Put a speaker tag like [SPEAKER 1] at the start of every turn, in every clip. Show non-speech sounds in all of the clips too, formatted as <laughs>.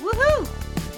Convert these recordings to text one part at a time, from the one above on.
[SPEAKER 1] Woohoo!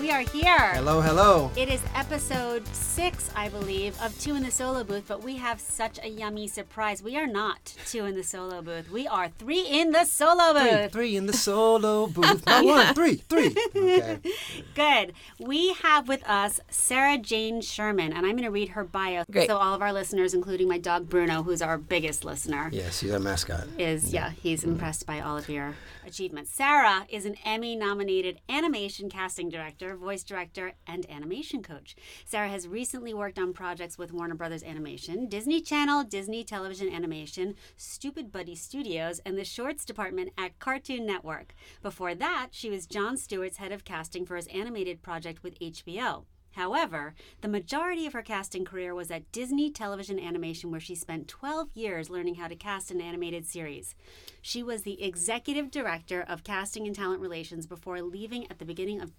[SPEAKER 1] We are here.
[SPEAKER 2] Hello, hello.
[SPEAKER 1] It is episode six, I believe, of Two in the Solo Booth, but we have such a yummy surprise. We are not two in the solo booth. We are three in the solo
[SPEAKER 2] Three,
[SPEAKER 1] booth.
[SPEAKER 2] three in the solo booth.
[SPEAKER 1] <laughs>
[SPEAKER 2] Not one, three, three. Okay. <laughs>
[SPEAKER 1] Good. We have with us Sarah Jane Sherman, and I'm going to read her bio.
[SPEAKER 3] Great.
[SPEAKER 1] So, all of our listeners, including my dog Bruno, who's our biggest listener,
[SPEAKER 2] Yes, he's our mascot.
[SPEAKER 1] is yeah, he's impressed by all of your achievements. Sarah is an Emmy nominated animation casting director, voice director, and animation coach. Sarah has recently worked on projects with Warner Brothers Animation, Disney Channel, Disney Television Animation, Stupid Buddy Studios, and the Shorts department at Cartoon Network. Before that, she was John Stewart's head of casting for his animated project with HBO. However, the majority of her casting career was at Disney Television Animation, where she spent 12 years learning how to cast an animated series. She was the executive director of casting and talent relations before leaving at the beginning of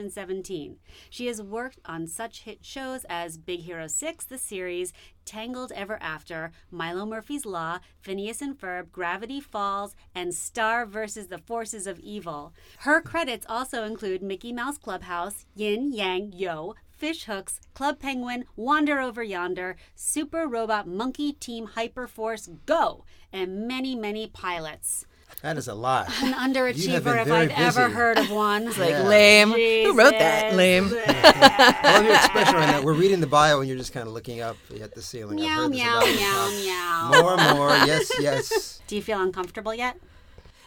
[SPEAKER 1] 2017. She has worked on such hit shows as Big Hero 6, the series, Tangled Ever After, Milo Murphy's Law, Phineas and Ferb, Gravity Falls, and Star versus the Forces of Evil. Her credits also include Mickey Mouse Clubhouse, Yin Yang Yo, Fish Hooks, Club Penguin, Wander Over Yonder, Super Robot Monkey Team Hyperforce Go, and many, many pilots.
[SPEAKER 2] That is
[SPEAKER 1] <laughs>
[SPEAKER 2] a lot.
[SPEAKER 1] An underachiever if
[SPEAKER 2] very
[SPEAKER 1] I've ever
[SPEAKER 2] busy.
[SPEAKER 1] heard of
[SPEAKER 2] <laughs>
[SPEAKER 1] one.
[SPEAKER 3] Like lame. Who wrote that?
[SPEAKER 1] Jesus.
[SPEAKER 3] Lame.
[SPEAKER 2] I love your expression right now. We're reading the bio and you're just kind of looking up at the ceiling. I've
[SPEAKER 1] meow,
[SPEAKER 2] heard this a
[SPEAKER 1] meow,
[SPEAKER 2] lot.
[SPEAKER 1] meow, meow.
[SPEAKER 2] More, more. Yes,
[SPEAKER 1] <laughs>
[SPEAKER 2] yes.
[SPEAKER 1] Do you feel uncomfortable yet?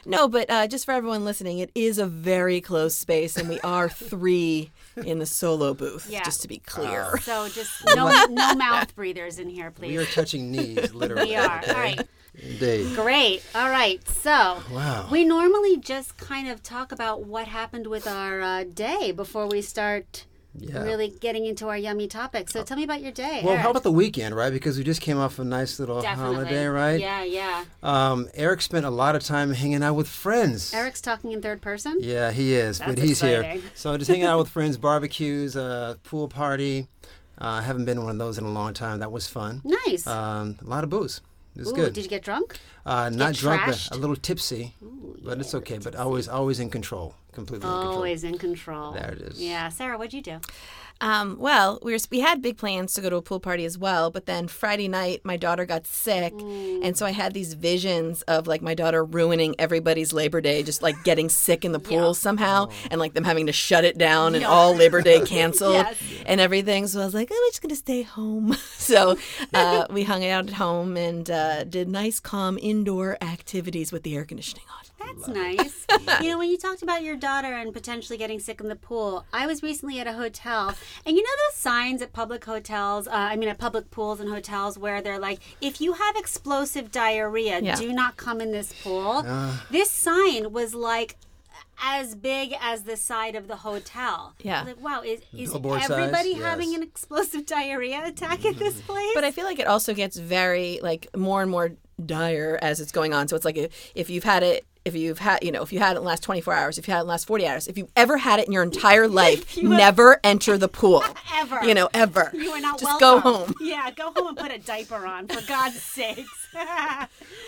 [SPEAKER 3] No, but uh, just for everyone listening, it is a very close space, and we are three in the solo booth,
[SPEAKER 1] Yeah.
[SPEAKER 3] just to be clear.
[SPEAKER 1] So
[SPEAKER 2] <laughs>
[SPEAKER 1] just no no mouth breathers in here,
[SPEAKER 2] We
[SPEAKER 1] please.
[SPEAKER 2] are touching knees, literally.
[SPEAKER 1] We are.
[SPEAKER 2] okay?
[SPEAKER 1] All right.
[SPEAKER 2] Indeed.
[SPEAKER 1] Great. All right. So
[SPEAKER 2] Wow.
[SPEAKER 1] we normally just kind of talk about what happened with our uh, day before we start
[SPEAKER 2] Yeah. Uh,
[SPEAKER 1] really getting into our yummy topics. So tell me about your day.
[SPEAKER 2] Well,
[SPEAKER 1] Eric.
[SPEAKER 2] how about the <laughs> weekend, right? Because we just came off a nice little
[SPEAKER 1] Definitely.
[SPEAKER 2] holiday, right?
[SPEAKER 1] Yeah, yeah.
[SPEAKER 2] Um, Eric spent a lot of time hanging out with friends.
[SPEAKER 1] Eric's talking in third person.
[SPEAKER 2] Yeah, he is, but
[SPEAKER 1] That's
[SPEAKER 2] he's
[SPEAKER 1] exciting.
[SPEAKER 2] here. <laughs> So just hanging out with friends, barbecues, uh, pool party. Uh, haven't been to one of those in a long time. That was fun.
[SPEAKER 1] Nice.
[SPEAKER 2] Um, a lot of booze. It was
[SPEAKER 1] Ooh,
[SPEAKER 2] good.
[SPEAKER 1] did you get drunk?
[SPEAKER 2] uh, not drunk,
[SPEAKER 1] trashed?
[SPEAKER 2] but a little tipsy. but it's okay. But always, always in control. Completely in control.
[SPEAKER 1] Always in control.
[SPEAKER 2] There it is.
[SPEAKER 1] Yeah. Sarah, what'd you do?
[SPEAKER 3] Um, well, we were, we had big plans to go to a pool party as well, but then Friday night my daughter got sick, and so I had these visions of like my daughter ruining everybody's Labor Day, just like getting sick in the pool somehow, and like them having to shut it down and all Labor Day canceled
[SPEAKER 1] Yes.
[SPEAKER 3] and everything. So I was like, I'm just gonna stay home. <laughs> so uh, we hung out at home and uh, did nice, calm indoor activities with the air conditioning on.
[SPEAKER 1] That's
[SPEAKER 3] <laughs>
[SPEAKER 1] nice. you know, when you talked about your daughter and potentially getting sick in the pool, I was recently at a hotel, and you know those signs at public hotels, uh, I mean, at public pools and hotels where they're like, if you have explosive diarrhea,
[SPEAKER 3] Yeah.
[SPEAKER 1] do not come in this pool.
[SPEAKER 2] Uh.
[SPEAKER 1] this sign was like, as big as the side of the hotel.
[SPEAKER 3] Yeah.
[SPEAKER 1] Like, wow, is, is
[SPEAKER 2] Billboard size?
[SPEAKER 1] everybody
[SPEAKER 2] Yes. Mm-hmm.
[SPEAKER 1] having an explosive <laughs> diarrhea attack at this place?
[SPEAKER 3] But I feel like it also gets very like more and more dire as it's going on. So it's like if, if you've had it. If you've had, you know, if you had it in the last 24 hours, if you had it in the last 40 hours, if you've ever had it in your entire life, never enter the pool.
[SPEAKER 1] <laughs> Ever.
[SPEAKER 3] You know, ever.
[SPEAKER 1] you are not
[SPEAKER 3] Just
[SPEAKER 1] welcome.
[SPEAKER 3] go home.
[SPEAKER 1] Yeah, go home and put a diaper on, for God's sakes. <laughs>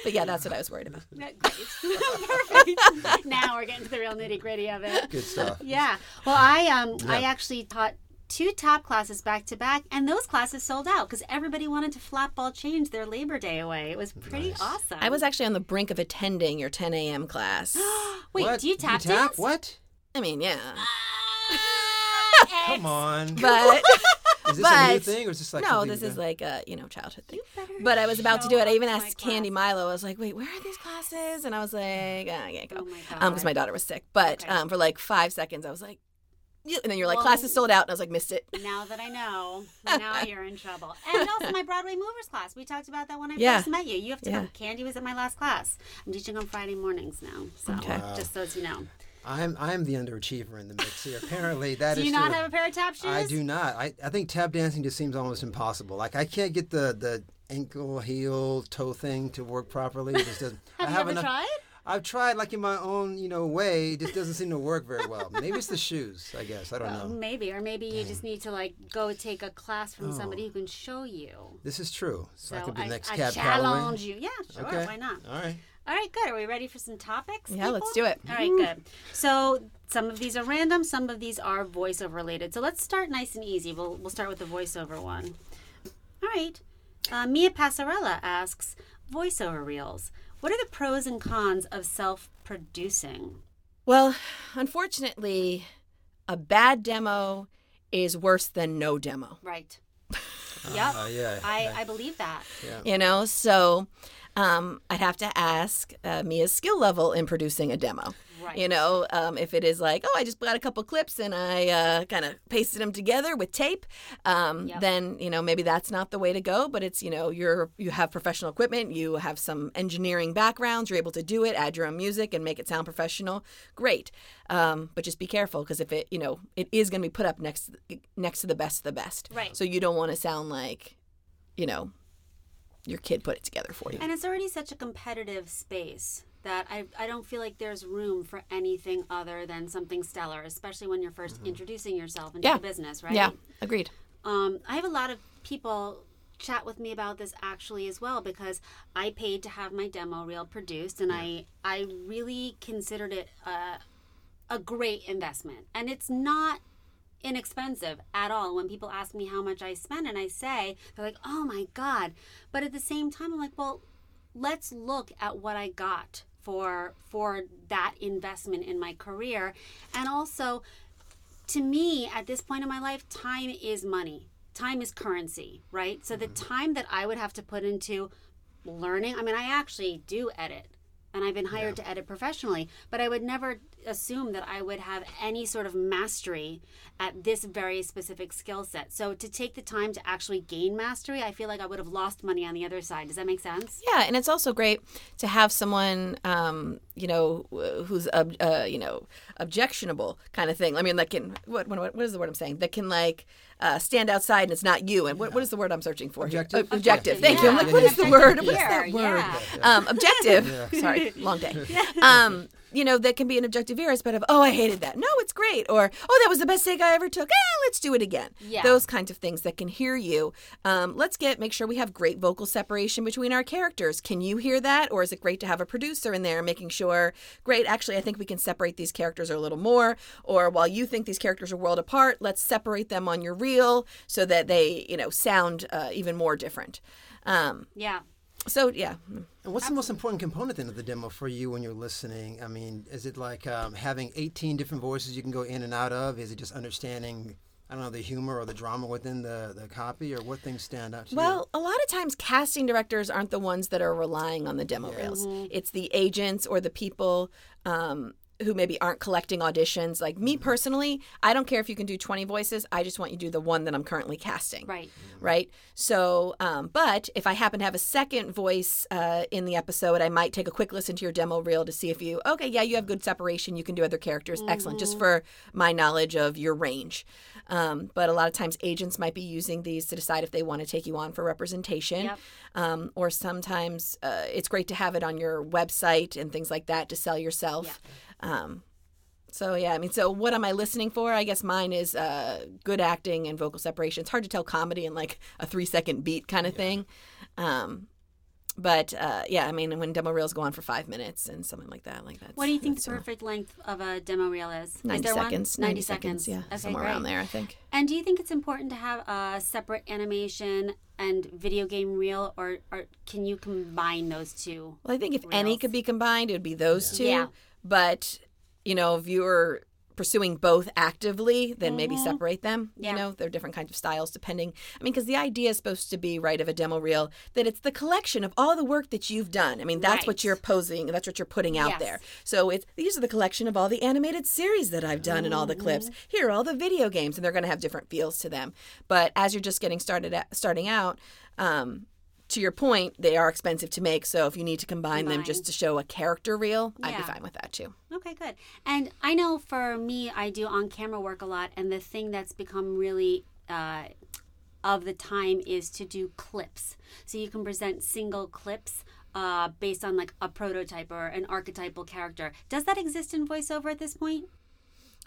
[SPEAKER 3] But yeah, that's what I was worried about.
[SPEAKER 1] That- Great. <laughs> Perfect. now we're getting to the real nitty gritty of it.
[SPEAKER 2] Good stuff.
[SPEAKER 1] Yeah. Well, I um I actually taught two top classes back to back, and those classes sold out because everybody wanted to flatball change their Labor Day away. It was pretty awesome.
[SPEAKER 3] I was actually on the brink of attending your 10
[SPEAKER 1] <gasps>
[SPEAKER 3] a.m. class.
[SPEAKER 1] <laughs> Wait,
[SPEAKER 2] What?
[SPEAKER 1] do you tap dance? Ah,
[SPEAKER 2] What?
[SPEAKER 3] I mean, yeah.
[SPEAKER 2] <laughs>
[SPEAKER 1] <laughs>
[SPEAKER 2] Come on.
[SPEAKER 3] But
[SPEAKER 2] is this a new
[SPEAKER 3] but-
[SPEAKER 2] thing or is this like
[SPEAKER 3] no,
[SPEAKER 2] something
[SPEAKER 3] this
[SPEAKER 2] you
[SPEAKER 3] is
[SPEAKER 2] did?
[SPEAKER 3] like a, you know, childhood thing.
[SPEAKER 1] better
[SPEAKER 3] But I was about to do
[SPEAKER 1] show
[SPEAKER 3] it. I even
[SPEAKER 1] up to my
[SPEAKER 3] asked Candy
[SPEAKER 1] class.
[SPEAKER 3] Milo. I was like, "Wait, where are these classes?" And I was like, "Ah, "I can't go,"
[SPEAKER 1] Oh my
[SPEAKER 3] because my,
[SPEAKER 1] God.
[SPEAKER 3] daughter was sick. But
[SPEAKER 1] Okay.
[SPEAKER 3] um, for like five seconds, I was like, "Yeah," and then you're like,
[SPEAKER 1] Well-
[SPEAKER 3] "Classes sold out," and I was like, "Missed it."
[SPEAKER 1] Now that I know,
[SPEAKER 3] <laughs>
[SPEAKER 1] now you're in trouble. And also my Broadway movers class. We talked about that when I
[SPEAKER 3] Yeah.
[SPEAKER 1] first met you. You have to
[SPEAKER 3] Yeah.
[SPEAKER 1] come. Candy was at my last class. I'm teaching on Friday mornings now. So
[SPEAKER 3] Okay.
[SPEAKER 1] just so as you know.
[SPEAKER 2] I'm I'm the underachiever in the mix here. Apparently, that is
[SPEAKER 1] Do you not
[SPEAKER 2] true.
[SPEAKER 1] have a pair of tap shoes?
[SPEAKER 2] I do not. I, I think tap dancing just seems almost impossible. Like I can't get the the ankle, heel, toe thing to work properly. It just doesn't.
[SPEAKER 1] <laughs> Have
[SPEAKER 2] I
[SPEAKER 1] you
[SPEAKER 2] have
[SPEAKER 1] ever
[SPEAKER 2] enough-
[SPEAKER 1] tried?
[SPEAKER 2] I've tried like in my own you know way. It just doesn't seem to work very well. Maybe it's the shoes. I guess I don't know.
[SPEAKER 1] Oh, Maybe, or maybe you just need to like go take a class from somebody who can show you.
[SPEAKER 2] This is true. Oh. So, I could be
[SPEAKER 1] I,
[SPEAKER 2] next
[SPEAKER 1] I
[SPEAKER 2] cab
[SPEAKER 1] challenge you. Yeah, sure.
[SPEAKER 2] Okay.
[SPEAKER 1] Why not?
[SPEAKER 2] All right.
[SPEAKER 1] All All right, good. Are we ready for some topics?
[SPEAKER 3] Yeah, let's
[SPEAKER 1] people?
[SPEAKER 3] do it.
[SPEAKER 1] All right, good. So some of these are random, some of these are voiceover related. So let's start nice and easy. We'll, we'll start with the voiceover one. All right. Uh, Mia Passarella asks voiceover reels. What are the pros and cons of self producing?
[SPEAKER 3] Well, unfortunately, a bad demo is worse than no demo.
[SPEAKER 1] Right. yep.
[SPEAKER 2] Uh, yeah.
[SPEAKER 1] I, I believe that.
[SPEAKER 3] You know, so um, I'd have to ask uh, Mia's skill level in producing a demo.
[SPEAKER 1] Right.
[SPEAKER 3] You know, um, if it is like, oh, I just got a couple clips and I uh, kind of pasted them together with tape, um,
[SPEAKER 1] Yep.
[SPEAKER 3] then you know maybe that's not the way to go. But it's you know you're you have professional equipment, you have some engineering backgrounds, you're able to do it, add your own music and make it sound professional. Great, um, but just be careful because if it you know it is going to be put up next to the- next to the best of the best.
[SPEAKER 1] Right.
[SPEAKER 3] So you don't want to sound like, you know, your kid put it together for you.
[SPEAKER 1] And it's already such a competitive space that I, I don't feel like there's room for anything other than something stellar, especially when you're 1st introducing yourself into
[SPEAKER 3] Yeah.
[SPEAKER 1] the business, right?
[SPEAKER 3] Yeah, agreed.
[SPEAKER 1] Um, I have a lot of people chat with me about this actually as well because I paid to have my demo reel produced, and I I really considered it a, a great investment, and it's not inexpensive at all when people ask me how much I spend and I say they're like oh my god but at the same time I'm like well let's look at what I got for for that investment in my career and also to me at this point in my life time is money time is currency right so the
[SPEAKER 3] Mm-hmm.
[SPEAKER 1] time that i would have to put into learning i mean i actually do edit and i've been hired to edit professionally but i would never assume that i would have any sort of mastery at this very specific skill set so to take the time to actually gain mastery i feel like i would have lost money on the other side does that make sense
[SPEAKER 3] Yeah, and it's also great to have someone, um, you know, wh- who's ob- uh, you know objectionable kind of thing. I mean, that can what what, what is the word I'm saying? That can like uh, stand outside and it's not you. And what, what is the word I'm searching for? here?
[SPEAKER 2] Objective?
[SPEAKER 3] Uh, objective.
[SPEAKER 1] Objective,
[SPEAKER 3] Thank you. I'm like,
[SPEAKER 1] yeah.
[SPEAKER 3] what is the word? What's that
[SPEAKER 1] Objective
[SPEAKER 3] word?
[SPEAKER 1] ear, yeah. <laughs>
[SPEAKER 3] Um, objective. Sorry, long day. Um, you know, that can be an objective error instead of oh, I hated that. No, it's great. Or oh, that was the best take I ever took. Eh, let's do it again.
[SPEAKER 1] Yeah.
[SPEAKER 3] Those kinds of things that can hear you. Um, let's get make sure we have great vocal separation between our characters. Can you hear that, or is it great to have a producer in there making sure? Great, actually, I think we can separate these characters a little more. Or while you think these characters are world apart, let's separate them on your reel so that they, you know, sound uh, even more different. Um,
[SPEAKER 1] yeah
[SPEAKER 3] so yeah,
[SPEAKER 2] And what's the most important component then of the demo for you when you're listening? I mean, is it like um, having 18 different voices you can go in and out of? Is it just understanding, I don't know, the humor or the drama within the, the copy or what things stand out to you?
[SPEAKER 3] Well, a lot of times casting directors aren't the ones that are relying on the demo reels.
[SPEAKER 2] Mm-hmm.
[SPEAKER 3] It's the agents or the people um, who maybe aren't collecting auditions. Like me
[SPEAKER 2] Mm-hmm.
[SPEAKER 3] personally, I don't care if you can do 20 voices. I just want you to do the one that I'm currently casting
[SPEAKER 1] right
[SPEAKER 3] Mm-hmm. right? So, um, but if I happen to have a second voice uh, in the episode, I might take a quick listen to your demo reel to see if you, okay, yeah, you have good separation, you can do other characters, excellent, just for my knowledge of your range. Um, but a lot of times agents might be using these to decide if they want to take you on for representation.
[SPEAKER 1] Yep.
[SPEAKER 3] Um, or sometimes uh, it's great to have it on your website and things like that to sell yourself. Um, so yeah, I mean, so what am I listening for? I guess mine is uh, good acting and vocal separation. It's hard to tell comedy in like a three second beat kind of thing, um, but uh, yeah, I mean, when demo reels go on for five minutes and something like that, like that.
[SPEAKER 1] what do you think the perfect length of a demo reel is? Is
[SPEAKER 3] uh, Ninety
[SPEAKER 1] there one?
[SPEAKER 3] seconds.
[SPEAKER 1] 90,
[SPEAKER 3] Ninety seconds. Yeah,
[SPEAKER 1] Okay,
[SPEAKER 3] somewhere
[SPEAKER 1] great.
[SPEAKER 3] around there, I think.
[SPEAKER 1] And do you think it's important to have a separate animation and video game reel, or, or can you combine those two?
[SPEAKER 3] Well, I think if any could be combined, it would be those two.
[SPEAKER 1] Yeah.
[SPEAKER 3] But you know, if you're pursuing both actively, then maybe separate them.
[SPEAKER 1] Mm-hmm. Yeah.
[SPEAKER 3] You know, they're different kinds of styles depending. I mean, because the idea is supposed to be right of a demo reel that it's the collection of all the work that you've done. I mean, that's
[SPEAKER 1] Right.
[SPEAKER 3] what you're posing. That's what you're putting out
[SPEAKER 1] Yes.
[SPEAKER 3] there. So it's these are the collection of all the animated series that I've done and all the clips. Here are all the video games, and they're going to have different feels to them. But as you're just getting started, at, starting out. Um, to your point, they are expensive to make. So if you need to combine them just to show a character reel, I'd be
[SPEAKER 1] Yeah.
[SPEAKER 3] fine with that too.
[SPEAKER 1] Okay, good. And I know for me, I do on camera work a lot, and the thing that's become really uh, of the time is to do clips. So you can present single clips uh, based on like a prototype or an archetypal character. Does that exist in voiceover at this point?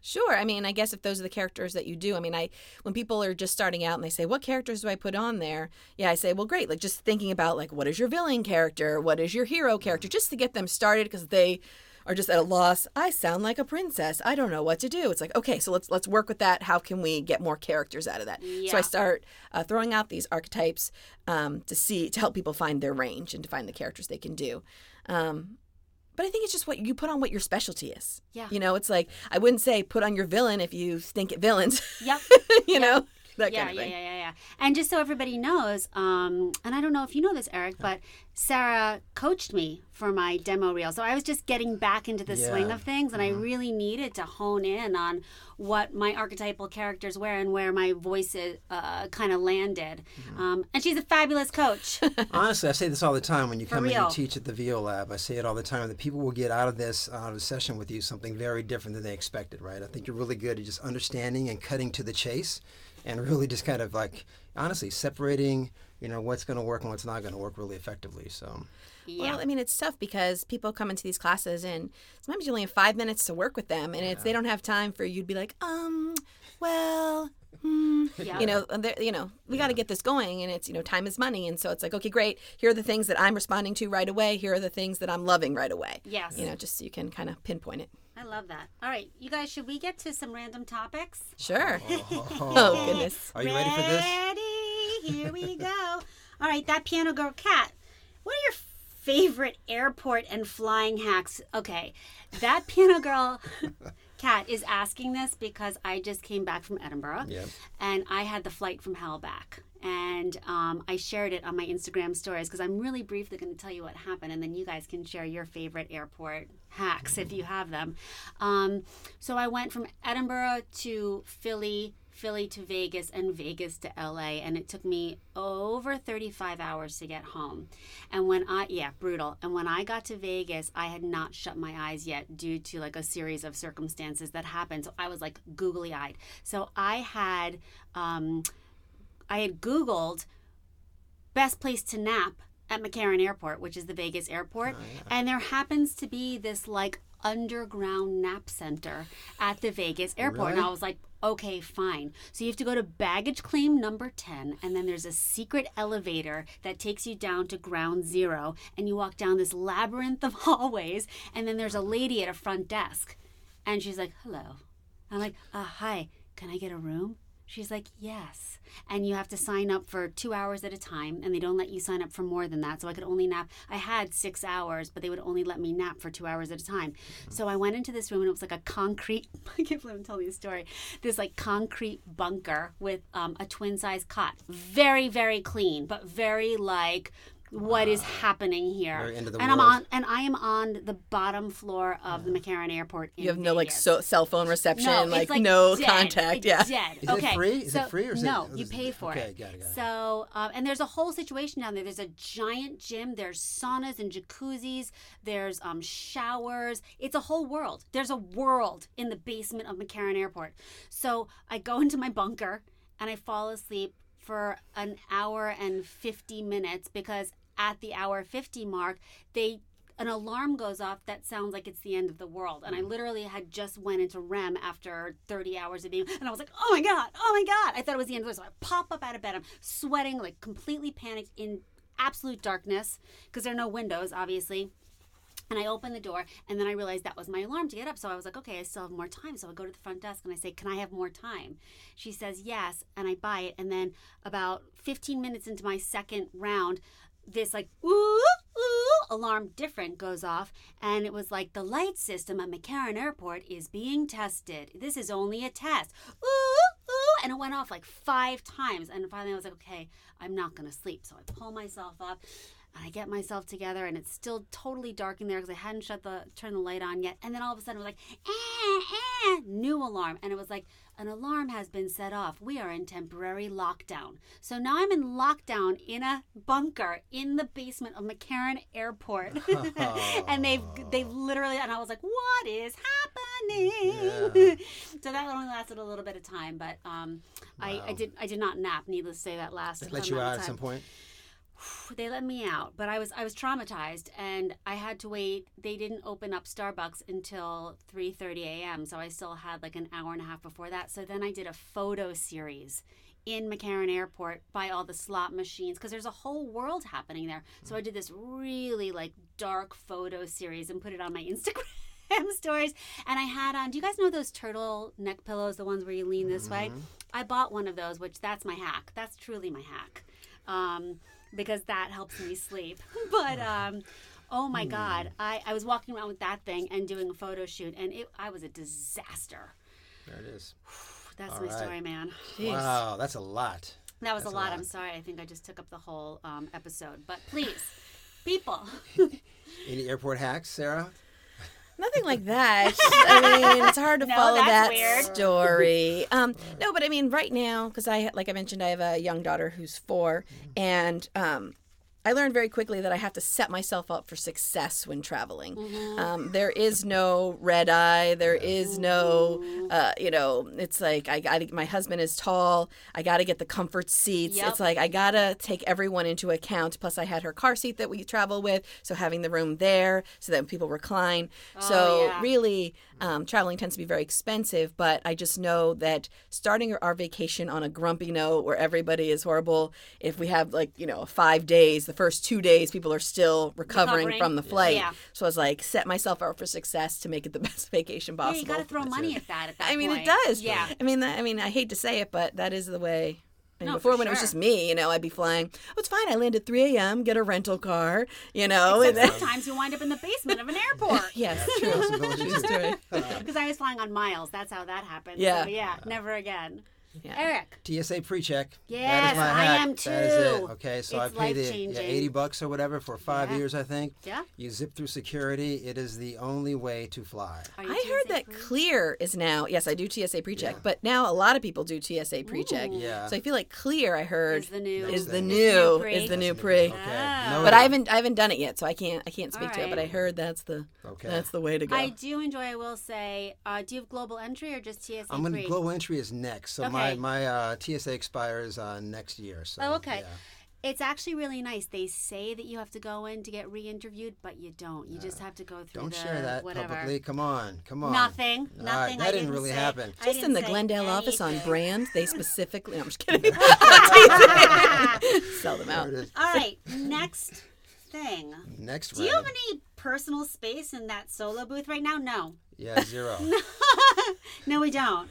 [SPEAKER 3] Sure. I mean, I guess if those are the characters that you do, I mean, I when people are just starting out and they say, "What characters do I put on there?" Yeah, I say, "Well, great." Like just thinking about like what is your villain character, what is your hero character, just to get them started because they are just at a loss. I sound like a princess. I don't know what to do. It's like, okay, so let's let's work with that. How can we get more characters out of that? So
[SPEAKER 1] Yeah.
[SPEAKER 3] I start uh, throwing out these archetypes um, to see to help people find their range and to find the characters they can do. Um, but I think it's just what you put on what your specialty is.
[SPEAKER 1] Yeah.
[SPEAKER 3] You know, it's like I wouldn't say put on your villain if you stink at villains. <laughs>
[SPEAKER 1] Yep.
[SPEAKER 3] you know that
[SPEAKER 1] yeah,
[SPEAKER 3] kind of
[SPEAKER 1] yeah,
[SPEAKER 3] thing.
[SPEAKER 1] yeah, yeah, yeah. And just so everybody knows, um, and I don't know if you know this, Eric, but Sarah coached me for my demo reel. So I was just getting back into the swing
[SPEAKER 2] Yeah.
[SPEAKER 1] of things, and
[SPEAKER 3] Mm-hmm.
[SPEAKER 1] I really needed to hone in on what my archetypal characters were and where my voices uh, kind of landed.
[SPEAKER 3] Mm-hmm.
[SPEAKER 1] Um, and she's a fabulous
[SPEAKER 3] <laughs>
[SPEAKER 1] coach.
[SPEAKER 2] <laughs> Honestly, I say this all the time when you come in
[SPEAKER 1] real.
[SPEAKER 2] and teach at the VO lab. I say it all the time that people will get out of this out of a session with you something very different than they expected, right? I think you're really good at just understanding and cutting to the chase, and really just kind of like honestly separating, you know, what's going to work and what's not going to work really effectively. So
[SPEAKER 1] yeah.
[SPEAKER 3] Well, I mean, it's tough because people come into these classes and sometimes you only have five minutes to work with them, and it's they don't have time for you to be like, um, well, hmm,
[SPEAKER 1] Yeah.
[SPEAKER 3] you know, and they're- you know, we got to get this going, and it's you know, time is money, and so it's like, okay, great, here are the things that I'm responding to right away, here are the things that I'm loving right away.
[SPEAKER 1] Yes.
[SPEAKER 3] you know, just so you can kind of pinpoint it.
[SPEAKER 1] I love that. All right, you guys, should we get to some random topics?
[SPEAKER 3] Sure. <laughs> Oh, goodness.
[SPEAKER 2] Are you ready for this?
[SPEAKER 1] Ready? Here we go. <laughs> All right, that piano girl cat. What are your favorite airport and flying hacks? Okay, that <laughs> piano
[SPEAKER 2] <laughs>
[SPEAKER 1] girl cat is asking this because I just came back from Edinburgh.
[SPEAKER 2] Yep.
[SPEAKER 1] And I had the flight from hell back. And um, I shared it on my Instagram stories because I'm really briefly going to tell you what happened, and then you guys can share your favorite airport hacks if you have them. Um, so I went from Edinburgh to Philly, Philly to Vegas, and Vegas to LA, and it took me over 35 hours to get home. And when I, yeah, brutal. And when I got to Vegas, I had not shut my eyes yet due to like a series of circumstances that happened. So I was like googly eyed. So I had, um, I had Googled best place to nap at McCarran Airport, which is the Vegas airport. And there happens to be this like underground nap center at the Vegas airport. And I was like, okay, fine. So you have to go to baggage claim number 10, and then there's a secret elevator that takes you down to ground zero. And you walk down this labyrinth of <laughs> hallways, and then there's a lady at a front desk. And she's like, hello. I'm like, uh, hi, can I get a room? She's like, yes. And you have to sign up for two hours at a time, and they don't let you sign up for more than that. So I could only nap. I had six hours, but they would only let me nap for two hours at a time. So I went into this room, and it was like a concrete, <laughs> I can't believe I'm telling you a story, this like concrete bunker with um, a twin size cot. Very, very clean, but very like, what is happening here?
[SPEAKER 2] Very end of the
[SPEAKER 1] and I'm
[SPEAKER 2] world.
[SPEAKER 1] on, and I am on the bottom floor of the McCarran Airport. In
[SPEAKER 3] You have no like
[SPEAKER 1] Vegas.
[SPEAKER 3] so, cell phone reception,
[SPEAKER 1] No,
[SPEAKER 3] like,
[SPEAKER 1] it's like
[SPEAKER 3] no
[SPEAKER 1] dead.
[SPEAKER 3] contact.
[SPEAKER 1] It's
[SPEAKER 3] yeah.
[SPEAKER 1] dead.
[SPEAKER 2] Is it
[SPEAKER 1] okay.
[SPEAKER 2] free? Is it
[SPEAKER 1] so,
[SPEAKER 2] free or is it-
[SPEAKER 1] no?
[SPEAKER 2] or
[SPEAKER 1] you
[SPEAKER 2] is
[SPEAKER 1] pay
[SPEAKER 2] it-
[SPEAKER 1] for
[SPEAKER 2] okay,
[SPEAKER 1] it.
[SPEAKER 2] got it, got it.
[SPEAKER 1] So um, and there's a whole situation down there. There's a giant gym. There's saunas and jacuzzis. There's um, showers. It's a whole world. There's a world in the basement of McCarran Airport. So I go <laughs> into my bunker and I fall asleep for an hour and 50 minutes because at the hour 50 mark they an alarm goes off that sounds like it's the end of the world and i literally had just went into rem after 30 hours of being and i was like oh my god oh my god i thought it was the end of the world so i pop up out of bed i'm sweating like completely panicked in absolute darkness because there are no windows obviously and I opened the door, and then I realized that was my alarm to get up. So I was like, okay, I still have more time. So I go to the front desk and I say, can I have more time? She says, yes. And I buy it. And then about 15 minutes into my second round, this like, ooh, ooh, alarm different goes off. And it was like, the light system at McCarran Airport is being tested. This is only a test. Ooh, ooh. And it went off like five times. And finally I was like, okay, I'm not going to sleep. So I pull myself up and I get myself together, and it's still totally dark in there because I hadn't shut the turned the light on yet. And then all of a sudden, it was like, eh, eh, new alarm, and it was like an alarm has been set off. We are in temporary lockdown. So now I'm in lockdown in a bunker in the basement of McCarran Airport, <laughs> and they've they've literally, and I was like, what is happening? <laughs> so that only lasted a little bit of time, but um, I, I did I did not nap. Needless to say, that last
[SPEAKER 2] Let you
[SPEAKER 1] amount of
[SPEAKER 2] out at
[SPEAKER 1] time.
[SPEAKER 2] some point.
[SPEAKER 1] they let me out, but I was I was traumatized and I had to wait. They didn't open up Starbucks until 3:30 a.m., so I still had like an hour and a half before that. So then I did a photo series in McCarran Airport by all the slot machines because there's a whole world happening there. So I did this really like dark photo series and put it on my <laughs> Instagram. stories and I had on. Do you guys know those turtle neck pillows, the ones where you lean this way? I bought one of those, which that's my hack. That's truly my hack, um, because that helps me sleep. <laughs> But um, oh my
[SPEAKER 3] Hmm.
[SPEAKER 1] god, I, I was walking around with that thing and doing a photo shoot, and it I was a disaster.
[SPEAKER 2] There it is.
[SPEAKER 1] That's
[SPEAKER 2] All
[SPEAKER 1] my
[SPEAKER 2] right.
[SPEAKER 1] story, man.
[SPEAKER 2] Wow, that's a lot.
[SPEAKER 1] That was
[SPEAKER 2] That's
[SPEAKER 1] a
[SPEAKER 2] a
[SPEAKER 1] lot.
[SPEAKER 2] lot.
[SPEAKER 1] I'm sorry. I think I just took up the whole um, episode. But please,
[SPEAKER 3] <laughs>
[SPEAKER 1] people,
[SPEAKER 2] Any airport hacks,
[SPEAKER 1] <laughs>
[SPEAKER 2] Sarah?
[SPEAKER 3] Nothing like that. I mean, it's hard
[SPEAKER 1] <laughs>
[SPEAKER 3] to
[SPEAKER 1] No,
[SPEAKER 3] follow
[SPEAKER 1] that's
[SPEAKER 3] that
[SPEAKER 1] weird.
[SPEAKER 3] story. Um, no, but I mean, right now, because I, like I mentioned, I have a young daughter who's four, and um, I learned very quickly that I have to set myself up for success when traveling.
[SPEAKER 1] Mm-hmm.
[SPEAKER 3] Um, there is no red eye. There is no, uh, you know, it's like I got my husband is tall. I got to get the comfort seats.
[SPEAKER 1] Yep.
[SPEAKER 3] It's like I gotta take everyone into account. Plus, I had her car seat that we travel with, so having the room there so that people recline. so
[SPEAKER 1] Oh, yeah.
[SPEAKER 3] really, um, traveling tends to be very expensive. But I just know that starting our vacation on a grumpy note where everybody is horrible. If we have like you know five days, the first two days people are still recovering,
[SPEAKER 1] Recovering.
[SPEAKER 3] from the flight.
[SPEAKER 1] Yeah.
[SPEAKER 3] So I was like, set myself up for success to make it the <laughs> best vacation
[SPEAKER 1] yeah,
[SPEAKER 3] possible.
[SPEAKER 1] you got to throw money at that. At that
[SPEAKER 3] I mean, it
[SPEAKER 1] point.
[SPEAKER 3] does.
[SPEAKER 1] Yeah.
[SPEAKER 3] I mean, that, I mean, I hate to say it, but that is the way. I mean,
[SPEAKER 1] No,
[SPEAKER 3] before
[SPEAKER 1] for
[SPEAKER 3] when it was
[SPEAKER 1] sure.
[SPEAKER 3] just me, you know, I'd be flying. Oh, it's fine. I land at 3 a.m. Get a rental car, you know.
[SPEAKER 1] Except
[SPEAKER 3] and then-
[SPEAKER 1] sometimes you wind up in the basement of an airport.
[SPEAKER 3] <laughs> yes.
[SPEAKER 1] <laughs>
[SPEAKER 2] True possibility, too.
[SPEAKER 3] Sorry.
[SPEAKER 1] Because I was flying on miles. That's how that happened.
[SPEAKER 3] Yeah.
[SPEAKER 1] So, yeah. Never again.
[SPEAKER 3] Yeah.
[SPEAKER 1] Eric.
[SPEAKER 2] TSA pre-check. That is
[SPEAKER 1] Yes,
[SPEAKER 2] my
[SPEAKER 1] I
[SPEAKER 2] hack.
[SPEAKER 1] am
[SPEAKER 2] That is it.
[SPEAKER 1] too.
[SPEAKER 2] Okay, so
[SPEAKER 1] It's
[SPEAKER 2] I paid the yeah,
[SPEAKER 1] life-changing.
[SPEAKER 2] eighty bucks or whatever for five
[SPEAKER 1] Yeah.
[SPEAKER 2] years, I think.
[SPEAKER 1] Yeah.
[SPEAKER 2] You zip through security. It is the only way to fly.
[SPEAKER 1] Are you
[SPEAKER 3] I heard
[SPEAKER 1] TSA
[SPEAKER 3] that
[SPEAKER 1] free?
[SPEAKER 3] Clear is now. Yes, I do TSA pre-check, but now a lot of people do TSA pre-check.
[SPEAKER 2] Yeah.
[SPEAKER 3] So I feel like Clear. I heard
[SPEAKER 1] Is the new-
[SPEAKER 3] is the
[SPEAKER 2] Is
[SPEAKER 3] new,
[SPEAKER 1] new
[SPEAKER 3] is the
[SPEAKER 1] pre.
[SPEAKER 3] new
[SPEAKER 2] That's
[SPEAKER 3] pre.
[SPEAKER 2] Okay.
[SPEAKER 1] Ah.
[SPEAKER 2] noted.
[SPEAKER 3] But I haven't I haven't done it yet, so I can't I can't
[SPEAKER 1] All
[SPEAKER 3] speak to it. But
[SPEAKER 1] right.
[SPEAKER 3] I heard that's the
[SPEAKER 2] Okay.
[SPEAKER 3] that's the way to go.
[SPEAKER 1] I do enjoy, I will say, uh, do you have global entry or just TSA
[SPEAKER 2] I'm gonna
[SPEAKER 1] free?
[SPEAKER 2] global entry is next. So my
[SPEAKER 1] Okay.
[SPEAKER 2] my uh, TSA expires uh, next year. So
[SPEAKER 1] Oh, okay.
[SPEAKER 2] yeah.
[SPEAKER 1] It's actually really nice. They say that you have to go in to get re-interviewed, but you don't. You just have to go through
[SPEAKER 2] Don't
[SPEAKER 1] the
[SPEAKER 2] share that
[SPEAKER 1] whatever.
[SPEAKER 2] publicly. Come on, come on.
[SPEAKER 1] Nothing.
[SPEAKER 2] All right,
[SPEAKER 1] Nothing. I
[SPEAKER 2] that didn't
[SPEAKER 1] didn't
[SPEAKER 2] really
[SPEAKER 1] say-
[SPEAKER 2] happen.
[SPEAKER 1] I
[SPEAKER 3] just in
[SPEAKER 1] didn't
[SPEAKER 3] the
[SPEAKER 1] say
[SPEAKER 3] Glendale office on
[SPEAKER 1] anything.
[SPEAKER 3] brand,
[SPEAKER 1] <laughs>
[SPEAKER 3] they specifically. No,
[SPEAKER 2] <laughs>
[SPEAKER 3] I'm just kidding. <laughs> Sell them out.
[SPEAKER 2] There it is.
[SPEAKER 1] All right, next thing.
[SPEAKER 2] Next
[SPEAKER 1] Do you have
[SPEAKER 2] round.
[SPEAKER 1] any personal space in that solo booth right now? <laughs> No.
[SPEAKER 2] Yeah, zero.
[SPEAKER 1] No, we don't.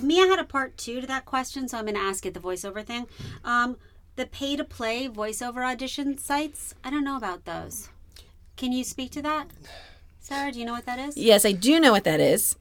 [SPEAKER 1] Mia had a part two to that question, so I'm going to ask it the voiceover thing. Um, the pay to play voiceover audition sites, I don't know about those. Can you speak to that? Sarah, do you know what that is?
[SPEAKER 3] Yes, I do know what that is.